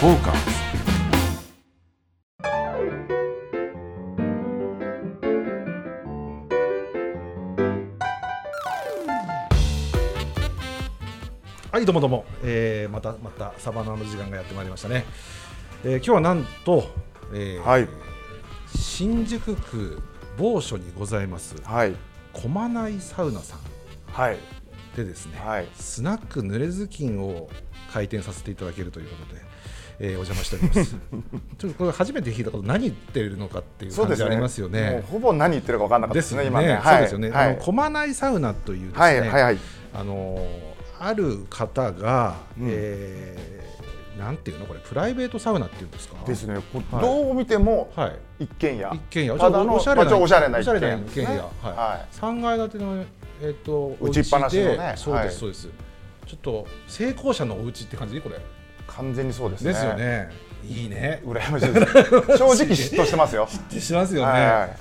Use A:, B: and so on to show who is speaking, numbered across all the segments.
A: フォーカスはいどうもどうも、えー、またまたサバナの時間がやってまいりましたね、えー、今日はなんと、えー
B: はい
A: 新宿区某所にございます
B: はい
A: 駒内サウナさん
B: はい
A: でですね、
B: はい
A: スナック濡れずきんを開店させていただけるということで、えーお邪魔しております ちょっとこれ初めて聞いたこと何言ってるのかっていう
B: そう
A: 感
B: です
A: じあ
B: ね
A: りますよ
B: もう
A: ね。
B: ほぼ何言ってるか分かんなかった
A: で
B: ですす
A: よ
B: ね
A: ね
B: 今ね
A: そうですよね、
B: は
A: あ
B: い
A: の駒内サウナというですね、
B: はいはいはい
A: あのーある方が、
B: うん
A: えーなんていうのこれプライベートサウナっていうんですか
B: ですねこ
A: はい
B: どう見ても
A: はい
B: 一軒家
A: 一軒家
B: ただの
A: おしゃれ
B: まあちょっとおしゃれな一軒
A: おしゃれ
B: 家
A: な
B: で
A: 一
B: すね
A: 軒家
B: は
A: はい三階建てのえっと
B: 打ちっぱなしの
A: お家
B: ね
A: でそう
B: は
A: で
B: い
A: すそうですちょっと成功者のお家って感じこれ
B: 完全にそうですね
A: ですよねいいね
B: 羨ましい です正直嫉妬してますよ
A: ってしますよ
B: はいは
A: ね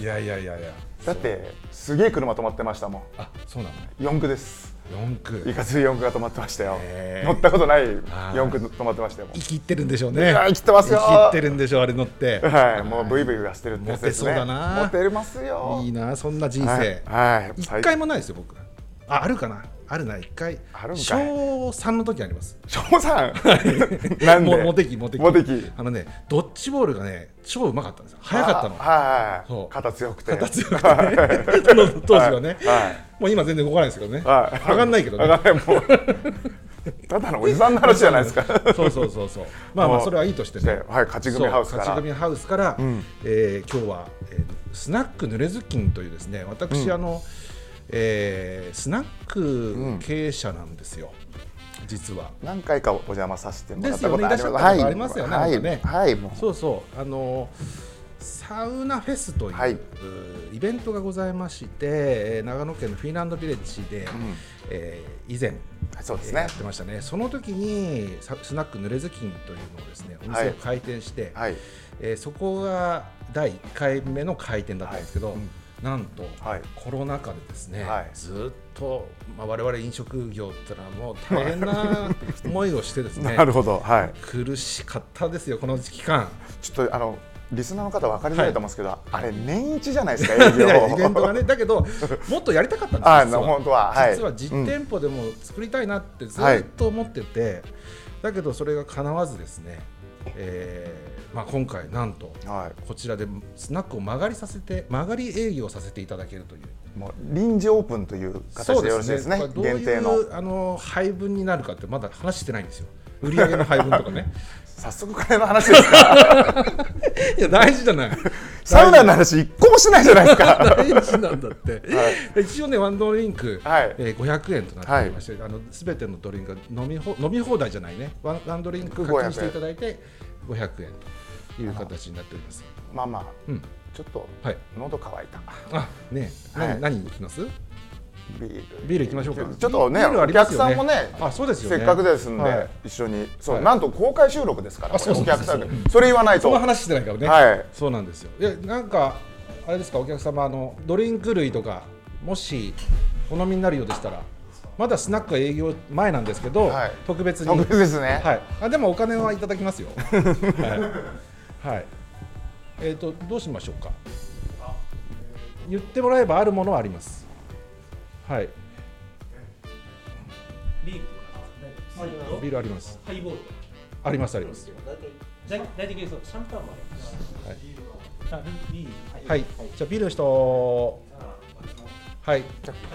B: い
A: いやいやいやいや
B: だってすげえ車止まってましたもん
A: あそうなの
B: 四駆です
A: 四駆
B: いかつい四駆が止まってましたよ
A: へえ
B: 乗ったことない
A: はい
B: 四駆止まってましたよもう
A: 生きってるんでしょうね
B: いや生きてますよ
A: 生きってるんでしょうあれ乗って
B: はいもうブイブイがしてるってやつですね
A: モテそうだな
B: モテますよ
A: いいなそんな人
B: はい
A: 生
B: はい
A: 一
B: 最
A: 回もないですよ僕ああるかなあるな一回
B: あるんかい
A: 小三の時あります
B: 翔さん、 なん
A: も
B: で
A: モテキモテキ
B: モテキ
A: あのねドッジボールがね超うまかったんですよ早かったの
B: あはいはい
A: そ
B: は
A: う
B: い、肩強くて、
A: 肩強くてねその 当時はね、
B: は
A: もう今全然動かないですけどね、
B: はい
A: 上がんないけど
B: 上
A: ね
B: がれもう ただのおじさんの話じゃないですか。
A: そうそうそうそうまあまあ
B: もう
A: それはいいとして
B: で
A: ね
B: はい、勝ち組ハウスか
A: そう
B: ら
A: 勝ち、組ハウスから、
B: うん
A: えー今日は、えースナック濡れずきんというですね私、
B: うん
A: あの、えースナッ
B: う
A: ク
B: ん
A: 経営者なんですよ、実は
B: 何回かお邪魔させてもら
A: で
B: っ
A: す
B: た
A: よ
B: こ
A: ね
B: と
A: いらっ
B: あり
A: しゃったこ
B: ま
A: と
B: す。
A: ありますよね、
B: は、
A: ないんかね
B: はい、もう
A: そうそうあのサウナフェスという、
B: はいう
A: ーイベントがございましてえー長野県のフィンランドビレッジで、
B: ん
A: えー以前
B: そうです
A: えーや
B: ね
A: っ。てましたねその時にさスナック濡れずきんというのをですねお店を開店して、
B: はい、
A: えーそこが第1回目の開店だったんですけど、
B: はいうん
A: なんと、
B: はい
A: コロナ禍でですね、
B: はい
A: ずっと、まあ、我々飲食業ってのはもう大変な思いをしてですね
B: なるほど、はい。
A: 苦しかったですよこの期間
B: ちょっとあのリスナーの方分かりづらいと思うんですけど、あれ年一じ ゃないですか、
A: い
B: 営業
A: やイベントがねだけどもっとやりたかったんです
B: あ
A: 実は
B: 本当ははい
A: 実は実店舗でも作りたいなってず
B: は
A: っ
B: い
A: と思ってて、だけどそれが叶わずですね、えーまあ、今回なんと
B: は
A: こちらでスナックを曲がりさせて曲がり営業させていただけるという
B: い、もう臨時オープンという形でよろしいですね、
A: そうですねこれ
B: 限定の
A: どうい。うあの配分になるかってまだ話してないんですよ売り上げの配分とか ね
B: 早速金の話です か
A: いや大事じゃない
B: サウナの話一個もしないじゃないですか
A: 大事なんだ って、一応ねワンドリンク、
B: はい
A: えー、500円となっておりまして、あのすべてのドリンクが飲みほ飲み放題じゃないねワンワンドリンク課金していただいて500円という形になっております
B: まあまあ
A: うん
B: ちょっと
A: はい
B: 喉乾いた
A: あねえ、
B: は
A: 何
B: い
A: 何いきます
B: ビール
A: ビールいきましょうか
B: ちょっとね
A: ビールあ
B: お
A: りま
B: 客
A: すよ
B: さ
A: ね
B: んもね
A: あそうですよね
B: せっかくですんで、
A: はい
B: 一緒にそう、
A: はい
B: なんと公開収録ですから
A: あそうそう
B: お客さんで
A: そうそう
B: それ言わない
A: そ
B: と
A: の話してないからね、
B: はい
A: そうなんですよいやなんかあれですかお客様あのドリンク類とかもしお飲みになるようでしたらまだスナックは営業前なんですけど、
B: はい
A: 特別に
B: 特別ですね、
A: はい、あでもお金はいただきますよ。はい、はい、えっ、とどうしましょうか。言ってもらえばあるものはあります。はい、
C: ビールとか、ね、
A: ビールあります。
C: ハイボールとか、
A: ありますあります。
C: 大体大体的にそうシャンパンもあります。はい、ビールは
A: はい、じゃあビールの人。はい、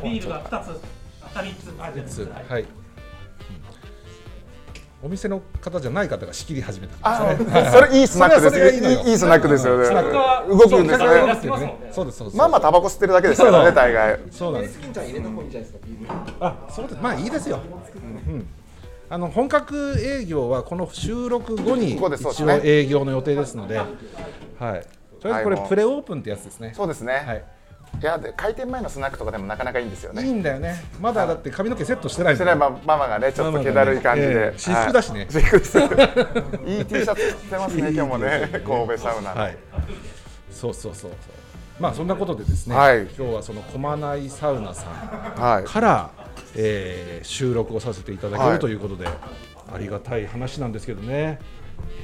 C: ビールが二つ、あたりつ、あじゃあ
A: つ
C: はい
A: はい。うんお店の方じゃない方が仕切り始めてきま
B: あ
A: したね。
B: それいいスナックです
A: それがいいの
B: い
A: よ
B: いいいスナックですよね
A: スナック
C: は
B: 動くんです
C: そう客がいら
B: ね
C: っしゃいますもんね
A: そうですそうです。
B: まあまあタバコ吸ってるだけですから
A: そう
B: ね大概
A: そうなんです。あ、そうです。まあいいですよ。うん。あの本格営業はこの収録後に
B: ここでそうで
A: 一
B: す
A: 応
B: ね
A: 営業の予定ですので、はい。とりあえずこ
B: は
A: れ
B: い
A: プレオープンってやつですね。
B: そうですね、
A: はい
B: い、やで開店前のスナックとかでもなかなかいいんですよね
A: いいんだよね。まだだって髪の毛セットしてないん
B: そ
A: だ
B: れ
A: よ
B: はまママがねちょっと気だるい感じで、
A: ママがねええ私服だしね
B: はい私服ですいい T シャツ着 てますね今日もね神戸サウナの、
A: はい。そうそうそうそう。まあそんなことでですね。
B: はい
A: 今日はその駒内サウナさん。
B: はい
A: から、えー収録をさせていただけ
B: は
A: る
B: い
A: ということで、ありがたい話なんですけどね。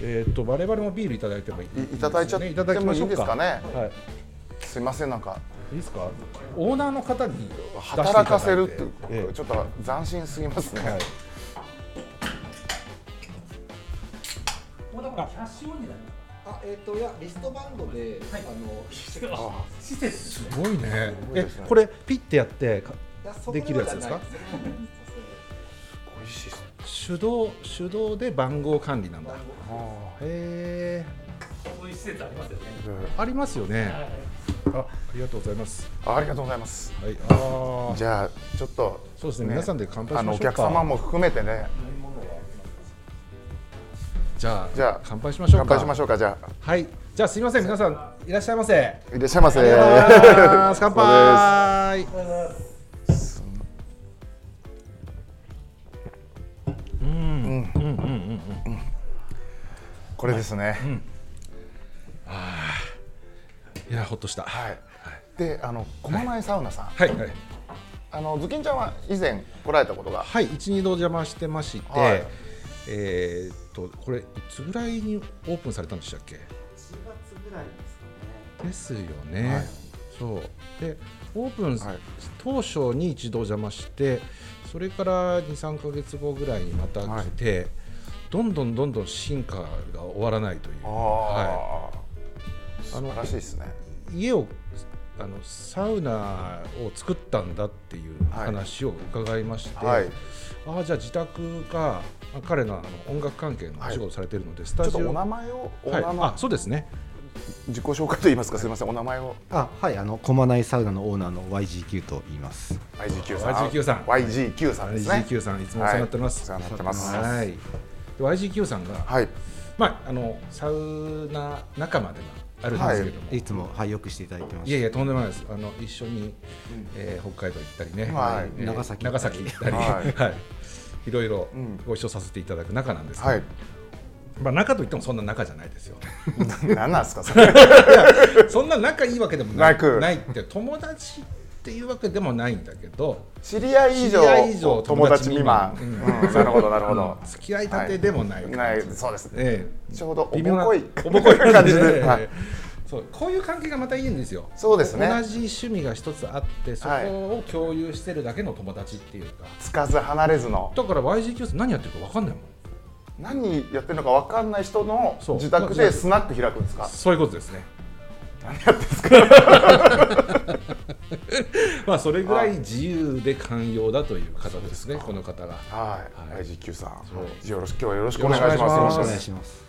A: えっと我々もビールいただいてもいいですよね。
B: いいただいちゃっても
A: いただきましょうか
B: いいですかね
A: はい。
B: すいませんなんか
A: いいですか。オーナーの方に
B: 働かせるっ
A: 出してい
B: て
A: ただいてええ
B: ちょっと斬新すぎますね、
A: はい
C: もうだからキャッシュオンになる
D: あ、えっ、と、いや、リストバンドで、
C: はい
D: あの、
B: あ
C: 施設ですね
A: すごいね。え
B: すごいですね
A: これピッてやってか
D: いやそこま
A: できるやつですか
D: はない。
B: 美味しいっす
A: 手動手動で番号管理なんだ。
D: 番
A: へ
D: 号
A: え。
C: こういう施設ありますよね
A: ありますよ
C: は
A: ね。
C: い
A: あありがとうございます。
B: あありがとうございます
A: はい。ああ。
B: じゃあちょっと
A: そうですね皆さんで乾杯しましょうか
B: あのお客様も含めてね
A: じゃあ
B: じゃあ
A: 乾杯しましょう
B: 乾
A: か。
B: 杯しましょうかじゃ
A: はい。じゃあすいません皆さんいらっしゃいませ。
B: あいらっしゃいませ
A: 乾杯。乾杯。
B: これですね、
A: いやほっとした。
B: はい
A: はい。
B: であの駒内サウナさん、
A: はい。
B: あのズキンちゃんは以前来られたことが
A: はい。一二度邪魔してまして。
B: はい
A: えーっとこれいつぐらいにオープンされたんでしたっけ
D: 月ぐらいですかね。
A: ですよね、
B: はい
A: そうでオープン、
B: はい
A: 当初に一度邪魔してそれから23か月後ぐらいにまた来て、どんどんどんどん進化が終わらないという、
B: ああ、
A: は
B: 素晴らしいですね
A: い、家をあのサウナを作ったんだっていう
B: はい
A: 話を伺いまして、
B: はい
A: ああじゃあ自宅があ彼のあの音楽関係のお仕事されてるので、ス
B: ちょ
A: タ
B: っ
A: ジ
B: と
A: オ
B: お名前をお
A: はい
B: 名前、
A: あそうですね
B: 自己紹介と言いますかすみませんお名前を
D: あ、はい、あの、コマナイサウナのオーナーの YGQ と言います。
B: YGQ さん
A: YGQ さん
B: YGQ さんですね
A: YGQ さんいつもお世話になってます
B: はい、お世話になってます
A: はいで YGQ さんが、
B: はい
A: まあ、あのサウナ仲間でもあるんですけども、い、
D: いつも、はい、よくしていただいてます。
A: やいやとんでもないですあの一緒に、えー北海道行ったりね、
B: はい
A: えー
D: 長崎
A: 長崎行ったり、 は
B: はいい
A: いろいろ
B: うん
A: ご一緒させていただく仲なんですけど、
B: はい
A: まあ、仲といってもそんな仲じゃないです よ
B: 何なんですかそれ
A: そんな仲いいわけでもない
B: なく
A: ないって友達っていうわけでもないんだけど
B: 知り合い以
A: 知り合い以
B: 上
A: 上
B: 友達未満
A: 友達未
B: うんなるほどなるほど
A: 付き合いたてでもない感じ
B: ないそうですね
A: ええ
B: ちょうどお
A: 微妙な
B: ぼこい
A: おぼこい
B: 感じで
A: ええ
B: はい
A: そうこういう関係がまたいいんですよ
B: そうですね
A: 同じ趣味が一つあってそこ
B: はい
A: を共有してるだけの友達っていうか、
B: つかず離れずの
A: だから YGQ さん何やってるか分かんないもん
B: 何やってるのかわかんない人の
A: そう
B: 自宅でスナック開くんですか
A: そういうことですね何やってんすか まあそれぐらい自由で寛容だという方ですねこの方 が
B: はい、
A: はい
B: IGQ さん
A: そう、
B: よろしく今日はよろしくお願いし
A: よろ
B: ま
A: し
B: す。
A: くお願
D: お願
A: い
D: い
A: し
D: します。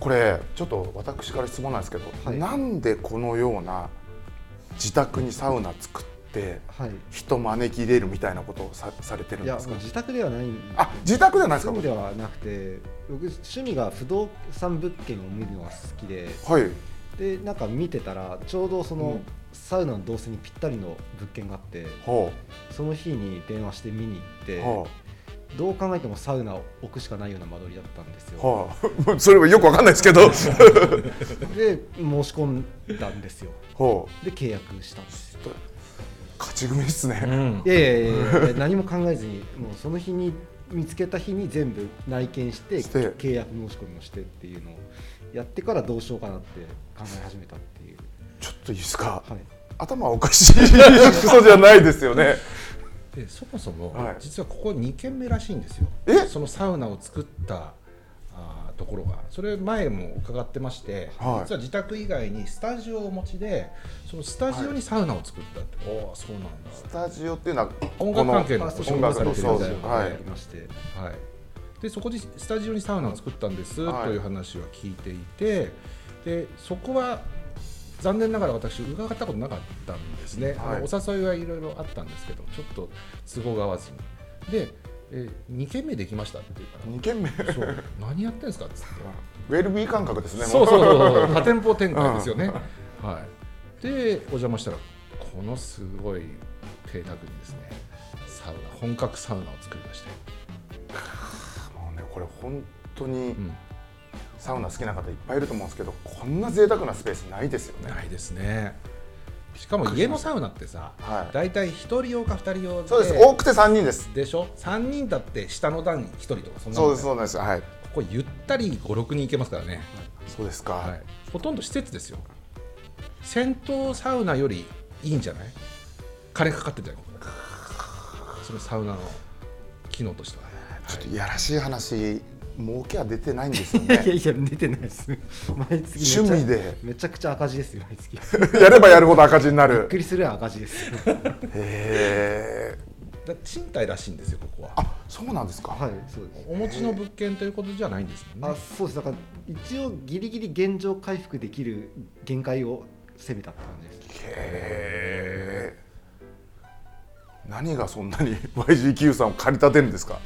B: これちょっと私から質問なんですけど、
D: はい
B: なんでこのような自宅にサウナ作って
D: はい。
B: 人招き入れるみたいなことをさされてるん
D: いや、
B: です
D: もう
B: か。
D: 自宅ではないんで。
B: あ、自宅じゃないです
D: 住
B: か。
D: ん
B: こ
D: で
B: れ
D: はなくて、僕趣味が不動産物件を見るのが好きで。
B: はい。
D: でなんか見てたらちょうどその、
B: うん
D: サウナの動線にぴったりの物件があって
B: ほ
D: その日に電話して見に行って
B: う。ほ
D: どう考えてもサウナを置くしかないような間取りだったんです
B: う。
D: よ
B: ほう。それはよくわかんないです けど。
D: で申し込んだんですよ
B: ほ
D: で契約したんですよ
B: う。勝ち組です
A: う
B: ね。
A: ん
D: いやいやいや いや何も考えずにもうその日に見つけた日に全部内見して
B: して
D: 契約申し込みをしてっていうのをやってからどうしようかなって考え始めたっていう、
B: ちょっといいですか。
D: はい、
B: 頭おかしい人じゃないですよね。
A: でそもそも、
B: はい
A: 実はここ2軒目らしいんですよ
B: え
A: そのサウナを作ったあーところがそれ前も伺ってまして、
B: はい
A: 実は自宅以外にスタジオをお持ちでそのスタジオにサウナを作ったって、おおそうなんだ
B: スタジオっていうのは
A: 音楽関係
D: フ
A: の
D: ァ
A: お
D: ースト
A: 仕
D: ショ
A: 事
D: ッ
B: 音
A: が
D: プ
A: されて
B: 楽の
D: のス
A: るん
D: タ
A: ですよね
D: ジオで
B: は
D: や
B: い
D: りまして、
A: はい、でそこでスタジオにサウナを作ったんです、
B: はい
A: という話は聞いていてでそこは残念ながら私伺ったことなかったんですね、
B: はい
A: あのお誘いはいろいろあったんですけどちょっと都合が合わずにで、え2軒目できましたって言う
B: 二軒目。
A: から「そう何やってんですか?」っつって
B: ウェルビー感覚ですね。
A: そう
B: も
A: そうそうそう多店舗展開ですよね、はい、でお邪魔したらこのすごい邸宅にですねサウナ本格サウナを作りまして、
B: もうね、これ本当に
A: うん、
B: サウナ好きな方いっぱいいると思うんですけど、こんな贅沢なスペースないですよね。
A: ないですねしかも家のサウナってさ、
B: はい
A: 大体一人用か二人用で
B: そうです、多くて3人です
A: でしょ3人だって下の段一人とかそんな
B: そ
A: も
B: うんですそうなんですはい
A: ここゆったり56人いけますからね、
B: そうですか、
A: はい、ほとんど施設ですよ銭湯サウナよりいいんじゃない金かかってんじゃないそのサウナの機能としては
B: ちょっといやらしい話儲けは出てないんですよね
D: い やいや出てない です毎 月めちゃ
B: 趣味で
D: めちゃくちゃ赤字ですよ毎月び
B: やればやるほど赤字にな
D: っ
B: る
D: く りする赤字ですよ
B: へえ
A: だ賃貸らしいんですよここは
B: あそうなんですか、
D: はいそうです
A: お持ちの物件ということじゃないんですもん
D: あ
A: ね
D: そうですだから一応ギリギリ現状回復できる限界を攻めたって感じです
B: へー何がそんなに YGQ さんを駆り立てるんですか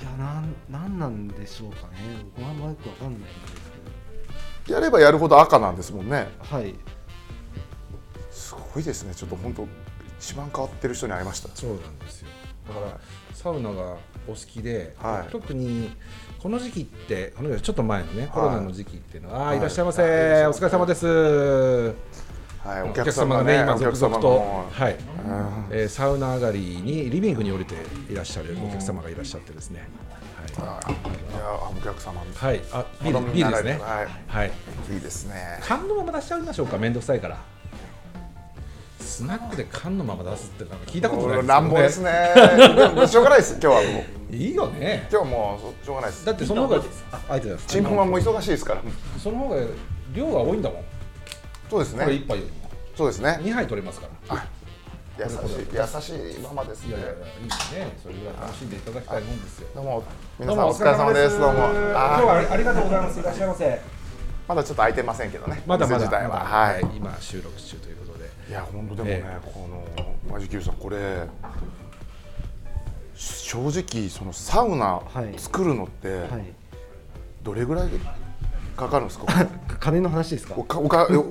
D: いやなんなんなんでしょうかね僕はあんまよくわかんないんです
B: やればやるほど赤なんですもんね
D: けどはい
B: すごいですねちょっと本当一番変わってる人に会いました
A: そうなんですよだからサウナがお好きで、
B: はい
A: 特にこの時期ってこのちょっと前のね、コロナの時期っていうのは、あ
B: は
A: ー
B: い
A: いらっしゃいませ、
B: はいいら
A: お
B: っし
A: 疲れ
B: ゃいま
A: 様です
B: はい、
A: お
B: お
A: 客
B: 客
A: 様
B: 様
A: が
B: ね
A: ね、今、
B: お
A: 続
B: 客様
A: 々と
B: も、
A: はい
B: うん
A: えーサウナ上がりにリビングに降りていらっしゃるお客様がいらっしゃってですね、はい、
B: あいやお客様も
A: はい、あビールビールですね、
B: は
A: はい、
B: い、いいですね
A: 缶のまま出しちゃいましょうか、面倒くさいから。スナックで缶のまま出すってなんか聞いたことない
B: もう乱暴です
A: ね。
B: ね でもしょうがないです今日はもう
A: いいよね。
B: 今日はもうしょうがないです
A: だってその方が
C: いいと思うんです、
A: あ、ありがとうございます。
B: チンポマンも忙しいですから
A: その方が量が多いんだもん。
B: そうです
A: これ
B: ね
A: 一杯よりも
B: そうですね
A: 二杯取れますから。
B: 優しい優しいママです
A: い
B: ね
A: やいやいやいいですね。それぐらい楽しんでいただきたいもんですよ。
B: どうも皆さんお疲れ様ですどうも
A: 今日
B: あ
A: はありがとうございます。いらっしゃいませ。
B: ーまだちょっと空いてませんけどね
A: まだま
B: 店
A: だ
B: 自体は
A: まだ
B: はい
A: 今収録中ということで。
B: いや本当でもね、
A: え
B: このマジキューさんこれ正直そのサウナ
D: はい
B: 作るのって
D: はい
B: どれぐらいかかるんですか、
D: 金の話ですか
B: おか おかよ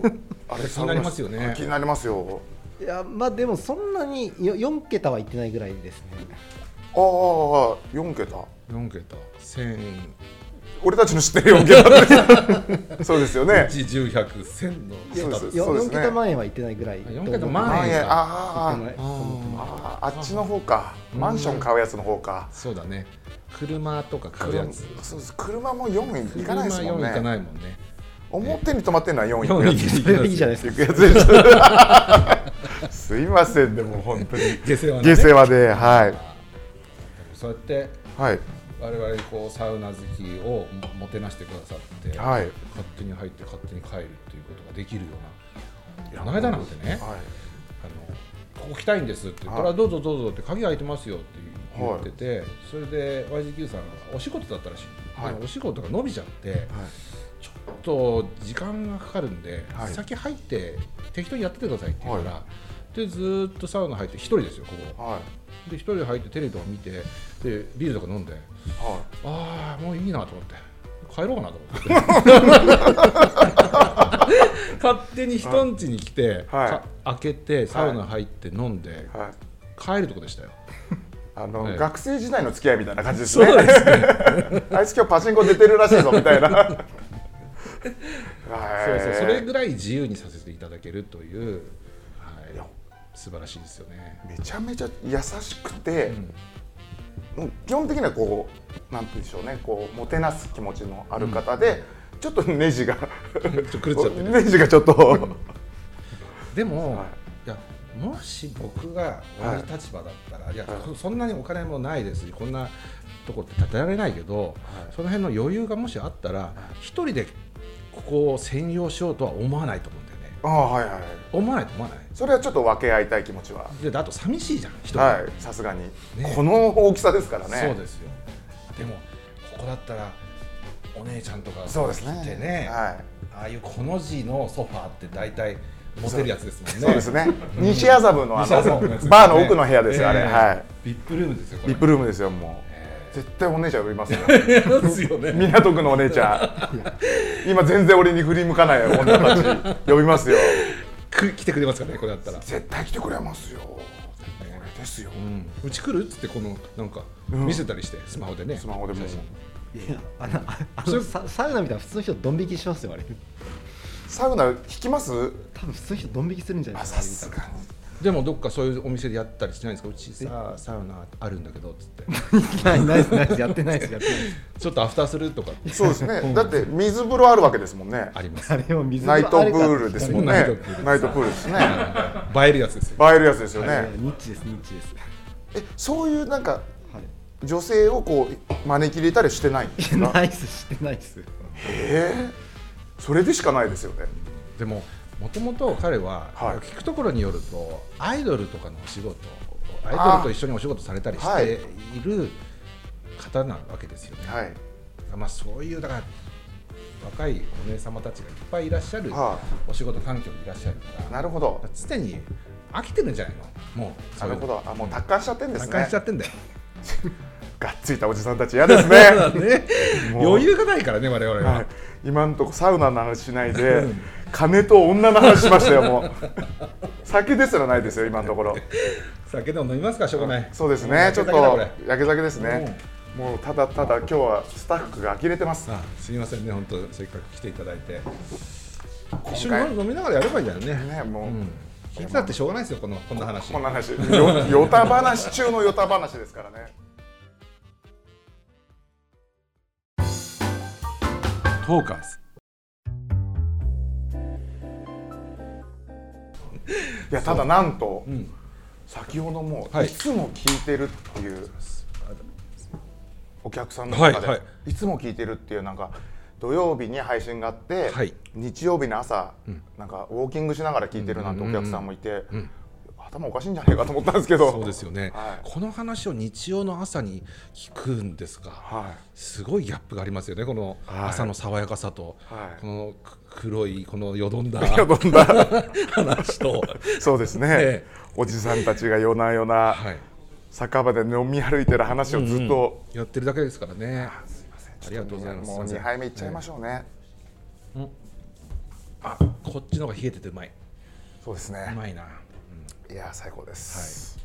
B: あれ
A: 気になりますよね
B: サウナ気になりますよ
D: いやまあでもそんなによ4桁はいってないぐらいですね
B: ああ四桁
A: 四桁千
B: 俺たちの知ってる四桁 ってそうですよね
A: 一十百千の
B: そうです
D: よ
B: そうです
D: 4
B: ね
D: 桁万円はいってないぐらい
A: 4桁
D: と思って
A: 万
B: 万
A: 円
B: 円
A: か
B: あー
D: いってない
A: あー
B: あーあっちの方かマンション買うやつの方か
A: そうだね。車とか買う
B: 車
A: やつ。
B: そうです車も四行かないですもん
A: 車四行かな
B: ね
A: いもんね。
B: 表に止まってるのは四行
A: 四行
B: くや
A: き
B: つ
A: ます
D: それはいいじゃないですか
B: 行くやつですすい ませんでも本当に
A: 下世話な
B: 下
A: ね
B: 世話では
A: そうやって
B: いはい
A: 我々こうサウナ好きをもてなしてくださって、
B: はい
A: 勝手に入って勝手に帰るということができるようなこの間なんてね、
B: は
A: あのここ来たいんですって言ったら、
B: はい
A: どうぞどうぞって鍵開いてますよって言ってて、それで YGQ さんがお仕事だったらしい、
B: はい
A: でもお仕事が伸びちゃって、
B: い
A: ちょっと時間がかかるんで、
B: はい
A: 先入って適当にやっててくださいって言うから、でずーっとサウナ入って一人ですよここ
B: はい
A: で一人で入ってテレビとか見てでビールとか飲んで
B: は
A: ああもういいなと思って帰ろうかなと思って 勝手に人ん家に来て、
B: はい
A: か開けてサウナ入って飲んで、
B: いはい
A: 帰るとこでしたよ
B: あの、
A: ええ
B: 学生時代の付き合いみたいな感じですね
A: そうで
B: あいつ今日パチンコ出てるらしいぞみた いなはい
A: そうそうそれぐらい自由にさせていただけるという、はい、素晴らしいですよね
B: めちゃめちゃ優しくて、もう基本的にはこうなんて言うんでしょうねこうもてなす気持ちのある方で、ちょっとネジが
A: ちょっと狂っちゃってる
B: ネジがちょっと
A: でも、
B: はい
A: いやもし僕が同じ立場だったら、い、や、そそんなにお金もないですしこんなとこって建てられないけど、その辺の余裕がもしあったら一、人でここを専用しようとは思わないと思うんだよね
B: ああはいはい
A: 思わないと思わない
B: それはちょっと分け合いたい気持ちは
A: でだと寂しいじゃん一人で、
B: はいさすがに、
A: ね
B: この大きさですからね
A: そうですよでもここだったらお姉ちゃんとか
B: そうですね
A: 来てね、
B: は
A: ああいうこの字のソファーって大体モテるやつですもんね
B: い、そうですね西麻布のあ
A: 西麻
B: の
A: 布のやつですね
B: バーの奥の部屋ですよ、
A: ええ
B: あれはい
A: ビップルームですよこ
B: リ
A: れ
B: ップルームですよもう、
A: え
B: 絶対お姉ちゃん呼びますよ
A: ーですよね
B: 港区のお姉ちゃん今全然俺に振り向かない女たち呼びますよ
A: く来てくれますかねこれだったら、
B: 絶対来てくれますよこれですよ、
A: うん、うち来るっつってこのなんか見せたりして、スマホでね
B: スマホでもう
A: 写真
D: いやあのあのササウナみたいな普通の人ドン引きしますよあれ
B: サウナ引きます
D: 多分そういう人ドン引きするんじゃない
B: あ
D: です
B: さす
D: か
B: がに
A: でもどっかそういうお店でやったりしないんですかうちさサウナあるんだけどっつって
D: ないないですないですやってないですやってないです
A: ちょっとアフターするとか
B: そうですねだって水風呂あるわけですもんね
A: あります
D: あれは水
B: ナイトプールですもんね
A: ナイトプール
B: ナイトプールですね
A: 映えるやつですよ
B: 映えるやつですよね、
D: ねニッチですニッチです
B: えそういうなんか
D: はい
B: 女性をこう招き入れたりしてないんで
D: い
B: す
D: や
B: か
D: ないですしてないです
B: えーそれでしかないですよね
A: でももともと彼は
B: はい
A: 聞くところによるとアイドルとかのお仕事アイ
B: あー
A: ドルと一緒にお仕事されたりし
B: はい
A: ている方なわけですよね、
B: はい
A: まあ、そういうだから若いお姉様たちがいっぱいいらっしゃる
B: は
A: お仕事環境にいらっしゃるから
B: なるほど
A: 常に飽きてるんじゃないのもう
B: なるほどあもう達観しちゃってんです
A: 参加
B: ね
A: しちゃってんだよ
B: がっついたおじさんたち嫌ですね、
A: ね
B: もう
A: 余裕がないからね我々は、
B: はい、今んとこサウナの話しないで金と女の話しましたよもう酒ですらないですよ今のところ
A: 酒でも飲みますかしょうがない
B: そうです
A: も
B: ね
A: う
B: ちょっと
A: 酒だこれ
B: やけ酒ですねもうただただ今日はスタッフが呆れてます
A: あすみませんね本当せっかく来ていただいて
B: 回
A: 一緒に飲みながらやればいいんだよね
B: ねもう、
A: うん聞いてたってしょうがないですよこのこんな話
B: こんな話よ よた話中のよた話ですからね
A: トーカーズ
B: いやただなんと、
A: ん
B: 先ほども、、
A: はいい
B: つも聞いてるっていうお客さんの
A: は
B: 中
A: い
B: で、
A: はい
B: いつも聞いてるっていうなんか土曜日に配信があって、
A: はい
B: 日曜日の朝、なんかウォーキングしながら聞いてるなんてお客さんもいて、頭おかしいんじゃないかと思ったんですけど
A: そうですよね、
B: はい
A: この話を日曜の朝に聞くんですか、
B: はい
A: すごいギャップがありますよねこの
B: はい
A: 朝の爽やかさと、
B: はい
A: このく黒いこのよど んだ
B: いやど んな
A: 話と、
B: そうですね、
A: え
B: おじさんたちが夜な夜 な、
A: はい、
B: 酒場で飲み歩いてる話をずっと、
A: やってるだけですからねありがとうございます
B: もう2杯目いっちゃいましょうね、
A: こっちの方が冷えててうまい
B: そうですね、
A: うまいない
B: や最高です、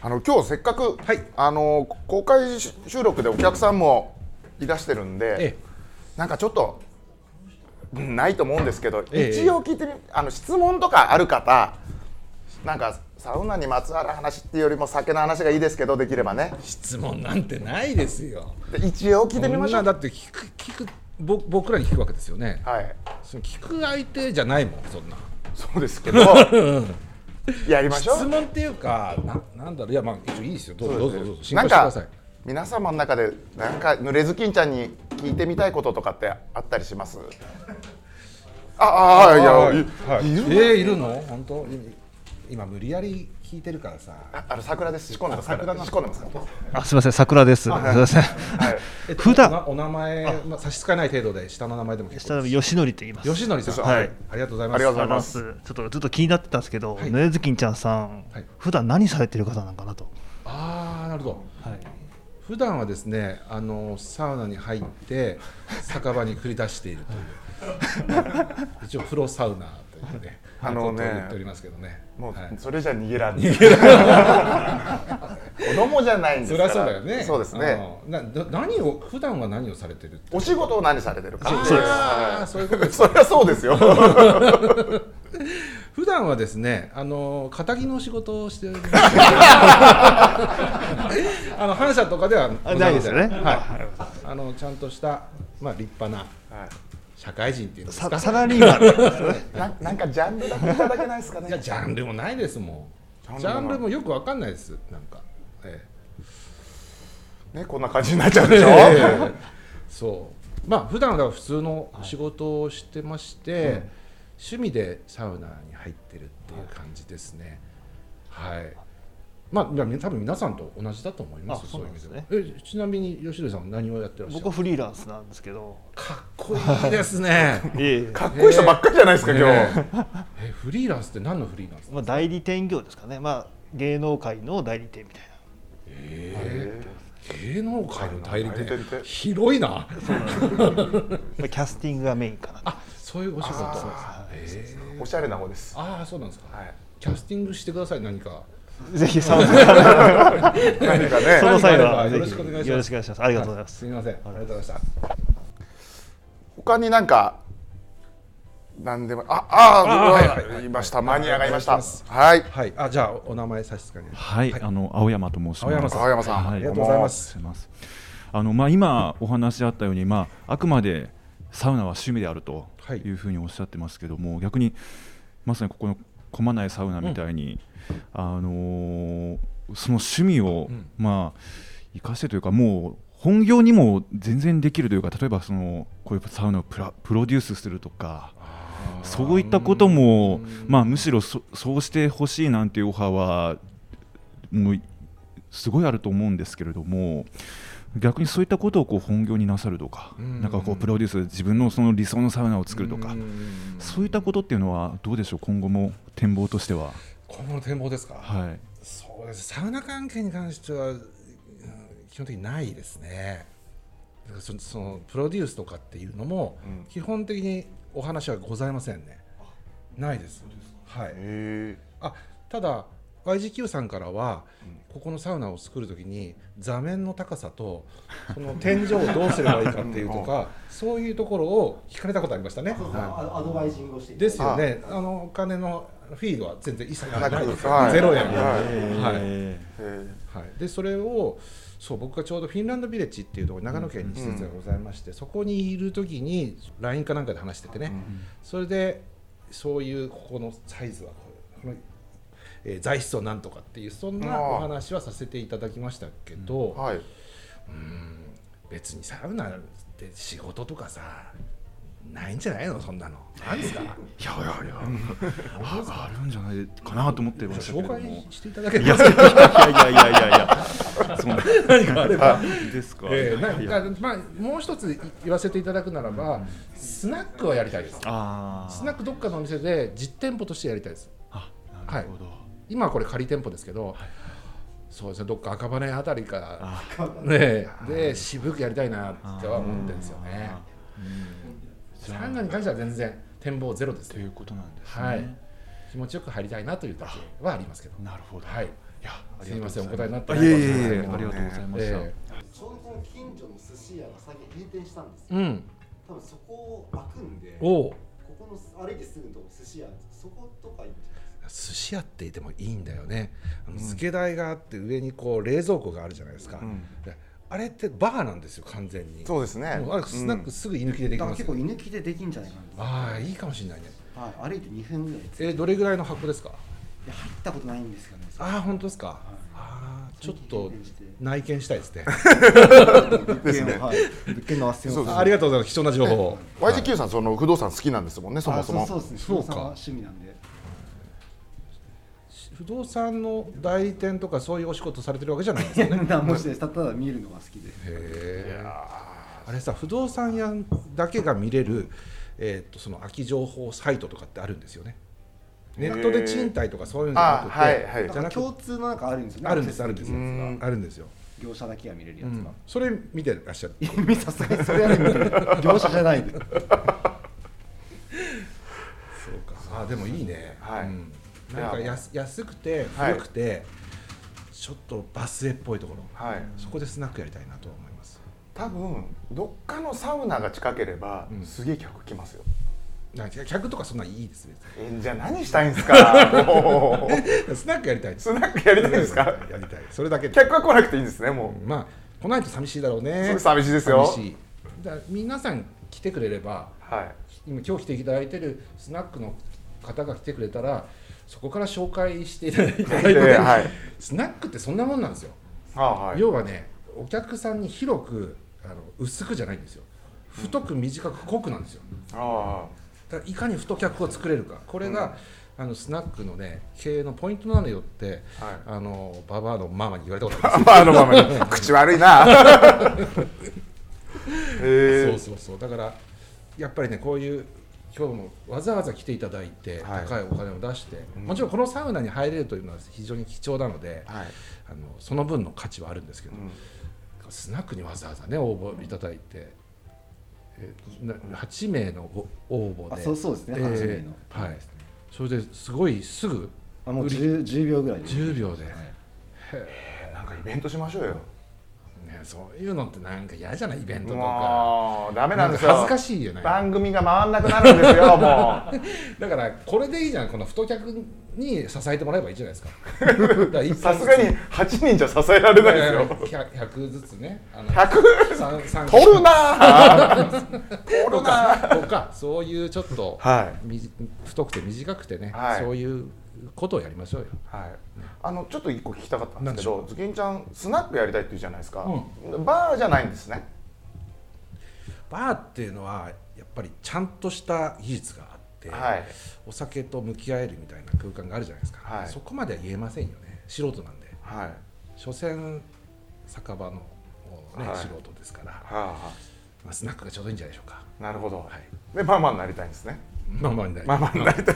B: あの今日せっかく、
A: はい
B: あの公開し収録でお客さんもいらしてるんで、
A: え
B: なんかちょっとうんないと思うんですけど、
A: ええ
B: 一応聞いてみあの質問とかある方なんかサウナにまつわる話っていうよりも酒の話がいいですけどできればね
A: 質問なんてないですよ
B: で一応聞いてみまし
A: こ
B: ょ
A: ん
B: う
A: なだって聞く聞くぼ僕らに聞くわけですよね、
B: はい
A: その聞く相手じゃないもんそんな
B: そうで すけどやりましょう
A: 質問っていうかななんだろういやまあ一応いいですよどうぞどうぞどうぞ進行
B: なん
A: してくださ
B: か
A: い
B: 皆様の中でなんか濡れずきんちゃんに聞いてみたいこととかってあったり します？あああいや、い
A: はい
B: いる
A: えー、いるの本当い今無理やり聞いてるからさ
B: ああの桜です仕込んでますから仕込んでますから
E: あすみません、桜です。すみませ ん。
B: はい
E: 普段
A: お名前まあ差し支えない程度で下の名前でも結
E: 下
A: 構
E: の
A: です
E: 吉則って言います。
A: 吉典さん、
E: はい
A: ありがとうございます
B: ありがとうござい
E: あり
B: ま
E: ますす。ちょっとずっと気になってたんですけど、
A: はい
E: ぬえずきんちゃんさん、
A: はい
E: 普段何されてる方なんかなと。
A: ああなるほど普段はですねあのサウナに入って酒場に繰り出しているという 一応風呂サウナというね
B: あの
A: こ
B: ね
A: とを言っておりますけどね
B: もう、
A: はい
B: それじゃ逃げらんない。 子供じゃないんです
A: そ
B: か
A: り
B: ら。
A: ゃそうだよね
B: そうですね。
A: うんなな何を普段は何をされてるって
B: お仕事を何されてるか。
A: そうですあーそういうことです
B: そりゃそ うですよ。は
A: 普段はですね、あの肩着の仕事をしており ます。あの反社とかではござません
E: ないですよね
A: はい。あのちゃんとしたまあ立派ない社会人っていうんです
E: さ
A: か。
E: サラリーマンですね。
B: ななんかジャンルだけいただけないですかね。
A: いやジャンルもないですもん。
B: ジ
A: ジ
B: ャ
A: ャ
B: ン
A: ン
B: ルもない
A: ルもよくわかんないです。なんか。え
B: ねこんな感じになっちゃうでしょ。
A: えそう。まあ普段はだから普通の仕事をしてまして、趣味でサウナに入ってるっていう感じですね。はい。まあ、いや多分皆さんと同じだと思いますよ
E: あそうなんですね
A: そういう意味ではえちなみに吉野さんは何をやってらっしゃる
E: 僕はフリーランスなんですけど。
A: かっこいいですね
E: ええ
B: かっこいい人ばっかりじゃないですか、今日。
A: えフリーランスって何のフリーランス
E: まあ代理店業ですかね。まあ芸能界の代理店みたいな。
A: 芸能界の代理
B: 代理
A: 店
B: 店って
A: 広いな
E: まあキャスティングがメインかなと。
A: あそういうお仕事
B: あ
A: へえ
B: おしゃれな方です。
A: ああそうなんですか、
B: はい
A: キャスティングしてください何か
E: ぜひサウ ナ
B: 何かね
E: そ。の際は
A: よ
E: ぜ
A: ろ
E: ひ
A: しくお願いします
E: よろしくお願いします。ありがとうございます。
A: すみませんありがとうございました
B: 他になんか何でもああ
A: あ
B: あ
A: ーはいいはい
B: ましたマニアがいまし
A: お
B: た
A: 願いし
B: はい
A: はい、あ、じゃあ、お名前差し支えない。
F: はい、あの青山と申します。
A: 青山さん
B: 青山さん、
F: はい
A: ありがとうございま
F: し
A: す。
F: ます。あのまあ今お話あったようにまああくまでサウナは趣味であると
A: はい
F: いうふうにおっしゃってますけども、逆にまさにここの駒内サウナみたいに、あのーその趣味を、
A: うん
F: まあ生かしてというかもう本業にも全然できるというか例えばそのこういうサウナをプラプロデュースするとか。そういったことも、まあ、むしろそそうしてほしいなんていうオファーはもうすごいあると思うんですけれども逆にそういったことをこう本業になさるとか、
A: うん
F: なんかこうプロデュース自分のその理想のサウナを作るとか、
A: うん
F: そういったことっていうのはどうでしょう今後も展望としては。
A: 今後の展望ですか。
F: はい
A: そうです。サウナ関係に関しては、うん基本的にないですね。だからそそのプロデュースとかっていうのも、
B: うん
A: 基本的にお話はございませんね。ないです。はい。
B: へ
A: あただ YGQ さんからは、ここのサウナを作るときに座面の高さとその天井をどうすればいいかっていうとかそういうところを聞かれたことありましたね。は
D: アドバイジングをして
A: いですよねあのお金のフィードは全然一切ない
B: はい
A: です、
B: はい
A: ゼロ円
B: は
A: はいい
B: えへ
A: はい、でそれをそう僕がちょうどフィンランドビレッジっていうところ長野県に施設がございまして、そこにいる時に LINE かなんかで話しててね、それでそういうここのサイズはこれこの、えー材質をなんとかっていうそんな
B: あー
A: お話はさせていただきましたけど、
B: ーはい
A: 別にサウナって仕事とかさないんじゃないのそんなの。なんですか
F: いやいやいや ああるんじゃないかなと思ってましたけれ
A: 紹
F: ども。
A: 介していただけ
F: い
A: れ
F: や
A: ば
F: いやいやいやいやいや、そんな何 かあればですか。
A: えー
F: いやいや
A: なんかまあ、もう一つ言わせていただくならば、スナックはやりたいです。
F: あー
A: スナックどっかのお店で実店舗としてやりたいです。
F: あなるほど、
A: 今はこれ仮店舗ですけど、そうですね、どっか赤羽あたりか
F: あ
A: ら、ねえ、で渋くやりたいなっては思ってるんですよね。
F: じゃ
A: サ
F: あ
A: ウナに関しては全然展望ゼロです
F: ということなんですね、
A: はい、気持ちよく入りたいなというだけはありますけど、
F: なるほど、
A: はいい、
F: や
A: すみません、お答えになって
F: あ
A: ない
F: えいえいえ
A: か
F: あ
A: もし
F: り
A: れ
F: が
A: ない
F: とうございま
A: け
F: し
A: ど
F: た、
A: え
G: ちょうどこの近所の寿司屋が最近閉店したんですよ
A: えうん、
G: 多分そこを開くんでこ
A: おう
G: この歩いてすぐのとこ寿司屋そことか行って
A: 寿司屋ってでもいいんだよねあの漬け台があって上にこう冷蔵庫があるじゃないですか、であれってバーなんですよ完全に
B: そうですね
A: もうあれスナックすぐ居抜きででき
D: だから
A: ます
D: 結
A: よ、
D: 構居抜きでできんじゃないか
A: ああいいかもしれないね
D: な、はい、歩いて2分ぐらいです
A: えーどれぐらいの箱ですか
D: いや入ったことないんですよね
A: ああ本当ですかああちょっと内見したいですね
D: ですねはい物件の斡旋
B: そう
D: を
B: で
A: あありがとうございます貴重な情報を
B: YGQ さんその不動産好きなんですもんねそもそも
D: あそうそうですね
A: そうか
D: そもそも趣味なんで
A: 不動産の代理店とかそういうお仕事されてるわけじゃないんですよね
D: 何もしてないただただ見るのが好きで
A: へーあれさ不動産屋だけが見れる、えー、とその空き情報サイトとかってあるんですよねネットで賃貸とかそういうんじゃなくて、
B: あはいはい
A: じゃなく
D: 共通のなんかあるんですよね
A: あるんですあるんです
D: アク
A: よ
D: セス
B: うん
A: あるんですよ、
D: 的な業者だけが見れるや
A: う
D: つ
A: んそれ見てらっしゃる
D: が、いやさすがにそれはね見てる業者じゃないんで
A: あでもいいね、
B: はい
A: うん
B: いや
A: なんか安安くて
B: はい
A: 古くて、ちょっとバスエっぽいところ、
B: はい
A: そこでスナックやりたいなと思います
B: 多分どっかのサウナが近ければ、
A: うん
B: すげえ客来ますよ
A: なんか客とかそんなんいいです別
B: えじゃあ何したいんですかもう
A: にスナックやりたいです
B: スナックやりたいんですか
A: やりたいそれだけで
B: 客は来なくていいんですねも
A: まあ来ないと寂しいだろう
B: う、す
A: ね
B: ごい寂しいですよ
A: 寂しいだから皆さん来てくれれば
B: はい
A: 今今日来ていただいてるスナックの方が来てくれたらそこから紹介していただいて、
B: ではい
A: スナックってそんなもんなんですよ
B: あはい
A: 要はねお客さんに広くあの薄くじゃないんですよ太く短く濃くなんですよ
B: あ
A: だからいかに太客を作れるかこれが、あのスナックのね経営のポイントなのよって、
B: はい
A: あのババアのママに言われたことあ
B: あまああのままに口悪い な
A: ります、
B: え
A: そうそうそうだからやっぱりねこういう今日もわざわざ来ていただいて、
B: はい
A: 高いお金を出して、もちろんこのサウナに入れるというのは非常に貴重なので、
B: はい
A: あのその分の価値はあるんですけど、
B: ん
A: スナックにわざわざね応募いただいて、えーとな8名のご応募
D: あ
A: で
D: そうそうですね、
A: えー
D: 初めの
A: はい、それですごいすぐ
D: あもう 10, 10秒ぐらいで
A: 10秒で、
B: なんかイベントしましょうよ
A: ねねそういうのってなんか嫌じゃないイベントとか
B: もうダメ
A: な
B: なんん
A: か
B: ですよ
A: 恥ずかしいよね
B: 番組が回んなくなるんですよもう
A: だからこれでいいじゃんこの太客に支えてもらえばいいじゃない ですか
B: さすがに8人じゃ支えられないですよ
A: 100ずつねあの
B: 100
A: 三三
B: 取るなぁ取る
A: と
B: なぁ
A: かとかそういうちょっと
B: はい
A: みじ太くて短くてね、
B: はい
A: そういうことをやりましょうよ。
B: はい、あのちょっと一個聞きたかったんですけ
A: なん
B: ど
A: で
B: ズキンちゃんスナックやりたいって言うじゃないですか、バーじゃないんですね
A: バーっていうのはやっぱりちゃんとした技術があって、
B: はい
A: お酒と向き合えるみたいな空間があるじゃないですか、
B: はい
A: そこまでは言えませんよね素人なんで
B: はいは
A: 所詮酒場の、ね
B: はい
A: 素人ですから、
B: あは
A: まあ、スナックがちょうどいいんじゃないでしょうか。
B: あなるほど、
A: はい
B: でママになりたいんですね
A: まあまあない
B: ママになりたい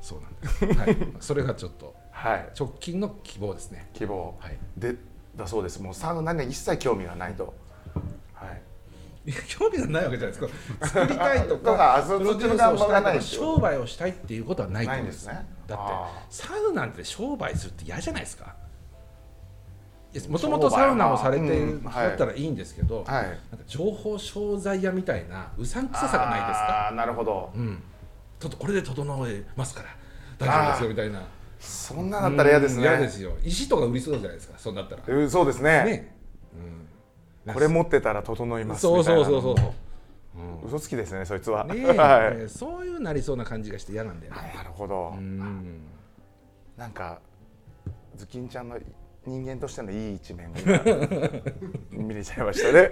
A: そうなんです、はい、それがちょっと
B: はい
A: 直近の希望ですね
B: 希望、
A: はい
B: でだそうですもうサウナには一切興味がないとはい
A: いや興味がないわけじゃないですか作りたいと
B: だから
A: か
B: あ
A: プ
B: そ
A: ロデュースを
B: そっちの願望
A: した
B: が
A: いとか
B: ないってこと
A: 商売をしたいっていうことはないと思うんです
B: ないんですね
A: だって
B: あ
A: サウナって商売するって嫌じゃないですかもともとサウナをされて
B: う
A: る
B: んはい
A: だったらいいんですけど、な
B: はい
A: んか情報商材屋みたいなうさんくささがないですか
B: あーなるほど、
A: うんちょっとこれで整えますから大丈夫ですよ
B: あー
A: みたいな
B: そんなだったら嫌ですね
A: うん嫌ですよ石とか売りそうじゃないですかそうなったら
B: うんそうですね
A: ね、うん
B: これ持ってたら整います
A: そうそうそうそう
B: みたいなの嘘つきですねそいつは、
A: ねえ
B: はい、
A: えーそういうなりそうな感じがして嫌なんだよね。
B: なるほど、
A: うん
B: なんかズキンちゃんの人間としてのいい一面が 今見れちゃいましたね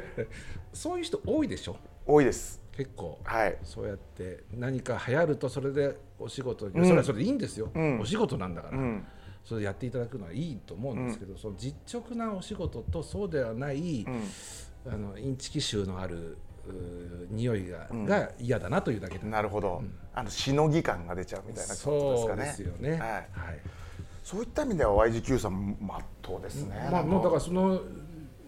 A: そういう人多いでしょ
B: 多いです
A: 結構
B: はい
A: そうやって何か流行るとそれでお仕事に、
B: うん
A: それはそれでいいんですよ、
B: うん
A: お仕事なんだから、
B: うん
A: それやっていただくのはいいと思うんですけど、その実直なお仕事とそうではない、
B: うん
A: あのインチキ臭のあるうー匂いが,、
B: うん
A: が嫌だなというだけで
B: なるほど、あのしのぎ感が出ちゃうみたいなことです
A: そ
B: か
A: う
B: ね
A: ですよね。
B: はい、
A: はい
B: そういった意味では YGQ さんまっとうですね、
A: まあ、もうだから
B: ら
A: その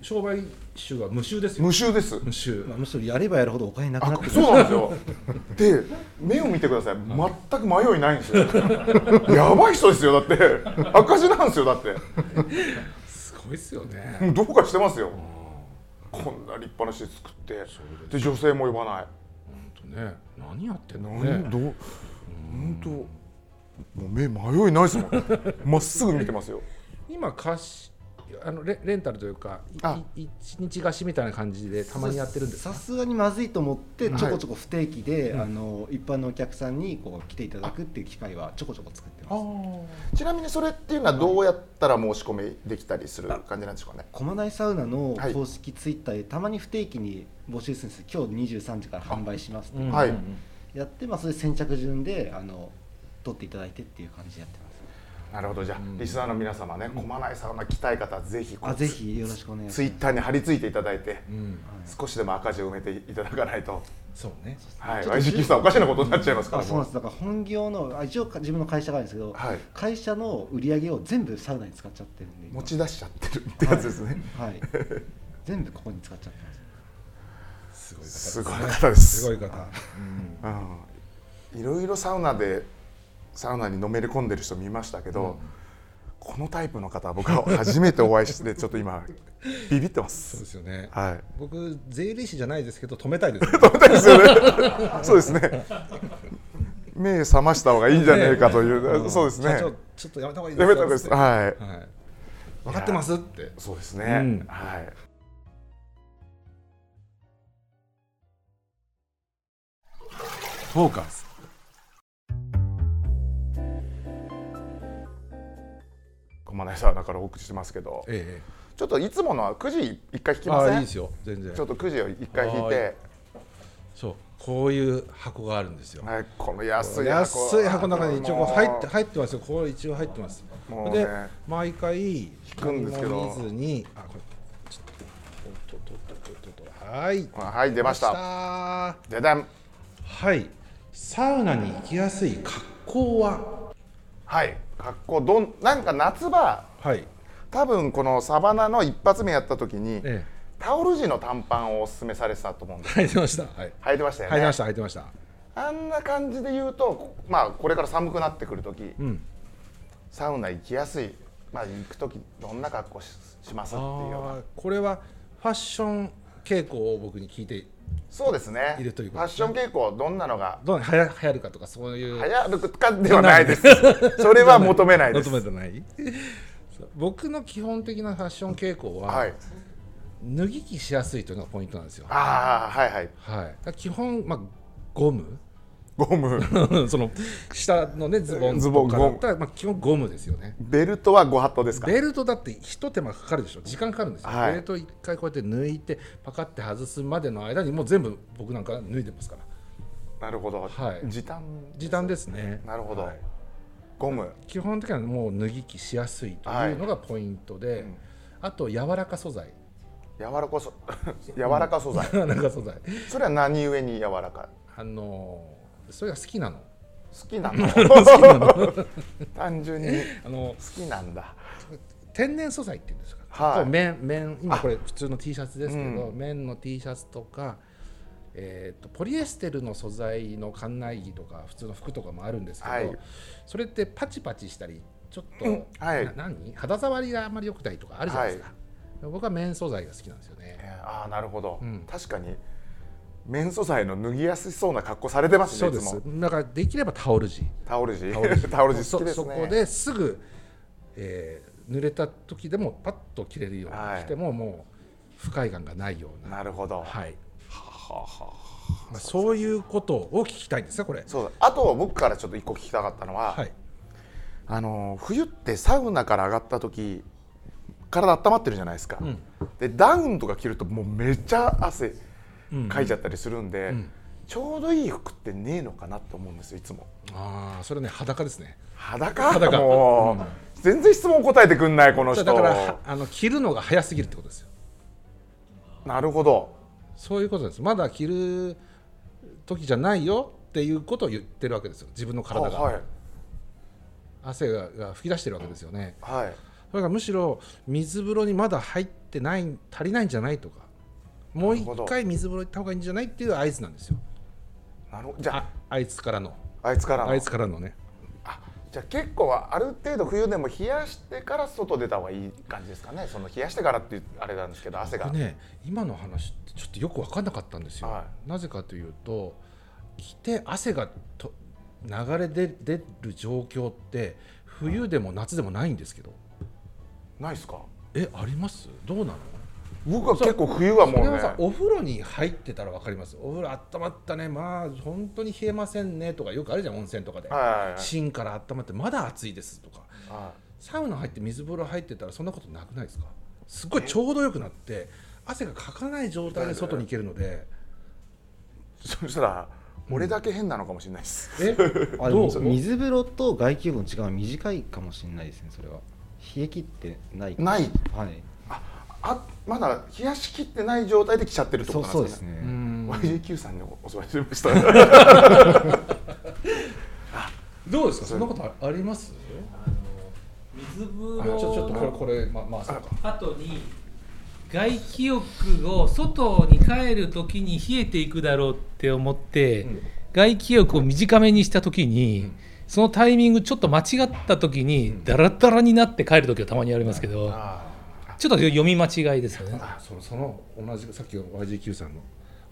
A: 商売臭は無臭ですよ
B: 無臭です
A: 無臭
D: まあ、むしろやればやるほどお金なく
B: あ
D: なってく
B: そうな
D: る
B: んですよで目を見てください全く迷いないんですよやばい人ですよだって赤字なんですよだって
A: すごいですよね
B: もうどうかしてますよこんな立派な施設作ってで女性も呼ばない
A: ね何やってんの
B: なん
A: ね
B: どう本当もう目迷いないですもんまっすぐ見てますよ
A: 今貸しあのレレンタルというかい
B: あ
A: い一日貸しみたいな感じでたまにやってるんです
D: さ
A: か
D: すがにまずいと思って
B: はい
D: ちょこちょこ不定期で、あの一般のお客さんにこう来ていただくっていう機会はちょこちょこ作ってます
B: ちなみにそれっていうのはどうやったら申し込みできたりする感じなんでしょうかね
D: 駒内サウナの
B: はい
D: 公式ツイッターでたまに不定期に募集するんです今日23時から販売しますって
A: うん
B: はい
D: やって、まあ、それ先着順であの取っていただいてっていう感じでやってます
B: なるほどじゃあ、リスナーの皆様ね駒内サウナ来たい方はぜひこう
D: あぜひよろしくお願いします
B: ツイッターに貼り付いていただいて、
A: うん
B: 少しでも赤字を埋めていただかないと、
A: そうね
B: はい、
D: ちょっと
B: YGQ さんおかしなことになっちゃいますから
D: あそう
B: も
D: なんですだから本業のあ一応か自分の会社があるんですけど、
B: はい
D: 会社の売り上げを全部サウナに使っちゃってるんで
B: う
D: 今
B: 持ち出しちゃってるってやつですね、
D: はい全部ここに使っちゃってま
A: す
D: す
A: ごい
B: す
A: 方
B: ごい方です
A: すごい方
B: うんいろいろサウナでサウナにのめり込んでる人見ましたけど、このタイプの方は僕は初めてお会いしてちょっと今ビビってま。
A: そうですすよね
B: はい。
A: 僕税理士じゃないですけど止めたい ですね
B: 止めたいですよね。 そうですね。目覚ました方がいいんじゃないかという、
A: ん
B: そうですね。
A: 社長
B: や
A: ちょっとやめた方がいい
B: めた方がいいです。
A: は
B: はい。
A: い分かってますって
B: そうですね。
A: うん
B: はい。
A: フォーカス
B: 駒内サウナからお送りしてますけど、
A: え
B: ちょっといつものは9時一回引
A: え
B: きま
A: あ
B: せ
A: あいい
B: ん。
A: ですよ全然
B: ちょっと9時を一回引いて、
A: そうこういう箱があるんですよ
B: はい、この安い
A: 安い箱の中に一応こう入って
B: も
A: 入ってますよこれ一応入ってます
B: もうね
A: で毎回引
B: くんですけど
A: 見ずにあこれちょっとおっとっとっとっとっとはい
B: あはい出ました
A: た
B: でだん
A: はいサウナに行きやすい格好は
B: はい格好どんなんか夏場
A: はい
B: 多分このサバナの一発目やった時に、
A: ええ
B: タオル地の短パンをおすすめされてたと思うんです
A: 入ってましたはい
B: 履いてましたよね
A: 入ってました入ってました
B: あんな感じで言うとまあこれから寒くなってくる時、
A: ん
B: サウナ行きやすいまあ、行く時どんな格好ししますっていうよう
A: あ
B: な
A: ーこれはファッション傾向を僕に聞いて
B: そうですね
A: いるということ
B: ファッ
A: です
B: シ
A: ね
B: ョン傾向どんなのが
A: どう流行流行るかとかそういう
B: 流行るかではない です それは求めないです
A: 求めてないそう僕の基本的なファッション傾向は、
B: はい
A: 脱ぎ着しやすいというのがポイントなんですよはい
B: ああはいはい
A: だから基本、まあ、ゴ ム
B: ゴム
A: その下のねズボン
B: ズボ
A: と
B: ン
A: か
B: ゴ
A: だ
B: ム
A: ったら、まあ、基本ゴムですよね
B: ベルトはご法度ですか
A: ベルトだって一手間かかるでしょ時間かかるんですよ、
B: はい
A: ベルト一回こうやって抜いてパカって外すまでの間にもう全部僕なんか脱いでますから
B: なるほど、
A: はい
B: 時短
A: 時短ですね
B: なるほど、
A: はい
B: ゴム
A: 基本的にはもう脱ぎ着しやすいというのがポイントで、
B: うん
A: あと柔らか素材
B: 柔らかそ 柔らか素材
A: 柔らか素材
B: それは何故に柔らか
A: あのーそれが好きなの
B: 好き なの 単純に
A: あの
B: 好きなんだ
A: 天然素材っていうんですか、
B: はい
A: こう綿綿今これ普通の T シャツですけど、
B: うん
A: 綿の T シャツとか、えー、とポリエステルの素材の館内着とか普通の服とかもあるんですけど、
B: はい
A: それってパチパチしたりちょっと、
B: うんはい
A: な何肌触りがあんまり良くないとかあるじゃないですか、僕は綿素材が好きなんですよね、
B: えーああなるほど、
A: うん
B: 確かに綿素材の脱ぎやすそうな格好されてます
A: そう
B: ねい
A: で
B: つ
A: す
B: も
A: だからできればタオル地
B: タオル地 タオル地好きですね
A: そそ こですぐ、えー濡れた時でもパッと着れるよう
B: は
A: に
B: い
A: しても、もう不快感がないような
B: なるほど、
A: はいまあ、そういうことを聞きたいんですねこれ
B: そうだあと僕からちょっと一個聞きたかったのは、
A: はい
B: あのー冬ってサウナから上がった時体温まってるじゃないですか、
A: ん
B: でダウンとか着るともうめっちゃ汗
A: うん
B: かいちゃったりするんで、
A: ん
B: ちょうどいい服ってねえのかなって思うんですよいつも
A: ああそれね裸ですね
B: 裸
A: 裸
B: もう、全然質問答えてくんないこの
A: それだ
B: 人
A: からはあの着るのが早すぎるってことですよ
B: なるほど
A: そういうことですまだ着る時じゃないよっていうことを言ってるわけですよ自分の体が、
B: あはい
A: 汗がが噴き出してるわけですよね
B: はい
A: それがむしろ水風呂にまだ入ってない足りないんじゃないとかもう
B: なるほど
A: 一回水風呂行った方がいいんじゃないっていう合図なんですよ
B: なるほどじゃ
A: ああいつからの
B: ああいつからの
A: あいつからのね
B: あじゃあ結構はある程度冬でも冷やしてから外出た方がいい感じですかねその冷やしてからっていうあれなんですけど汗が、
A: 僕ね今の話ってちょっとよく分かんなかったんですよ、
B: は
A: なぜかというと着て汗がと流れ出出る状況って冬でも夏でもないんですけど、
B: ないですか
A: えありますどうなの
B: 僕は結構冬はもう
A: そ
B: ね
A: れはさお風呂に入ってたら分かりますお風呂あったまったねまあ本当に冷えませんねとかよくあるじゃん温泉とかで、
B: はいはいはい
A: 芯から温まってまだ暑いですとか
B: は
A: サウナ入って水風呂入ってたらそんなことなくないですかすっごいちょうどよくなって汗がかかない状態で外に行けるので
B: いそしたら俺だけ変なのかもしれないです、
A: え
D: あで
A: ど
D: も
A: う
D: 水風呂と外気浴の時間は短いかもしれないですねそれは冷え切ってない
B: ない
D: はい
B: あまだ冷やしきってない状態で来ちゃってるってこ
D: そう
B: と
D: そ
B: なん
D: う
B: で
D: ですす
B: かね YJQ さ
D: ね、
B: んにお座りしましたは
A: どうですかそんなことああります
C: あの水風
A: あちょ
C: 呂
A: ちょっとこれ
C: の
A: これままあそうか
C: 後に外気浴を外に帰る時に冷えていくだろうって思って、
A: うん
C: 外気浴を短めにした時に、そのタイミングちょっと間違った時にダラダラになって帰る時はたまにありますけど、ちょっと読み間違いですよね。
A: あそのその同じさっきの YGQ さんの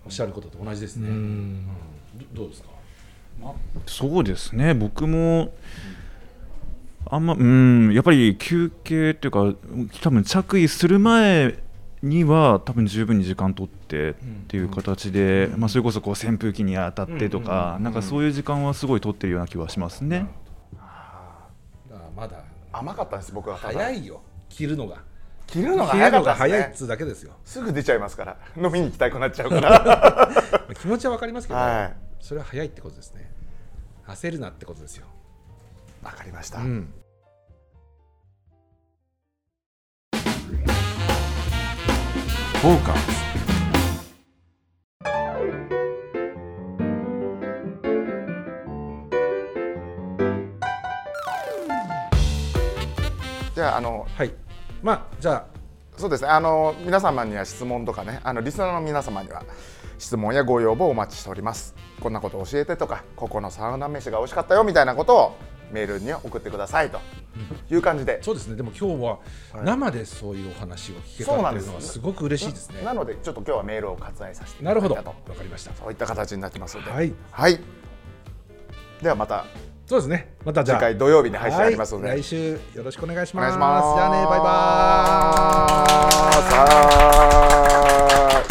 A: おっしゃることと同じですね
C: う
A: うん
C: ん
A: どどうですか
F: そうですね僕もあんまうんやっぱり休憩っていうか多分着衣する前には多分十分に時間取ってっていう形で、まあ、それこそこう扇風機に当たってとか、なんかそういう時間はすごい取ってるような気はしますね。
A: あまだ
B: 甘かったんです僕はただ
A: 早いよ着るのが
B: 着るのが早か
A: 着るの
B: った
A: が
B: で
A: 早い
B: す
A: っ
B: ね
A: つうだけですよ
B: すぐ出ちゃいますから飲みに行きたくなっちゃうから
A: まあ気持ちはわかりますけど
B: は
A: それは早いってことですね焦るなってことですよ
B: いわかりました、
A: うん
B: フォーカスじゃああの
A: はいまあじゃあ
B: そうですねあの皆様には質問とかねあのリスナーの皆様には質問やご要望をお待ちしておりますこんなこと教えてとかここのサウナ飯が美味しかったよみたいなことをメールに送ってくださいという感じで、
A: そうですねでも今日は生でそういうお話を聞けた
B: そうな
A: っ
B: ん
A: て
B: で
A: いう
B: す
A: のはすごく嬉しいですね
B: なのでちょっと今日はメールを割愛させてい
A: な
B: ただ
A: る
B: いた
A: ほ
B: と
A: どわかりました
B: そういった形になってますので
A: はい
B: はい、ではまた
A: そうですねまたじゃ
B: 次
A: あ
B: 回土曜日に配信ありますので、
A: はい来週よろしくお願いし
B: お
A: ま
B: 願い
A: す
B: します
A: じゃあねバイバーイ
B: イバイ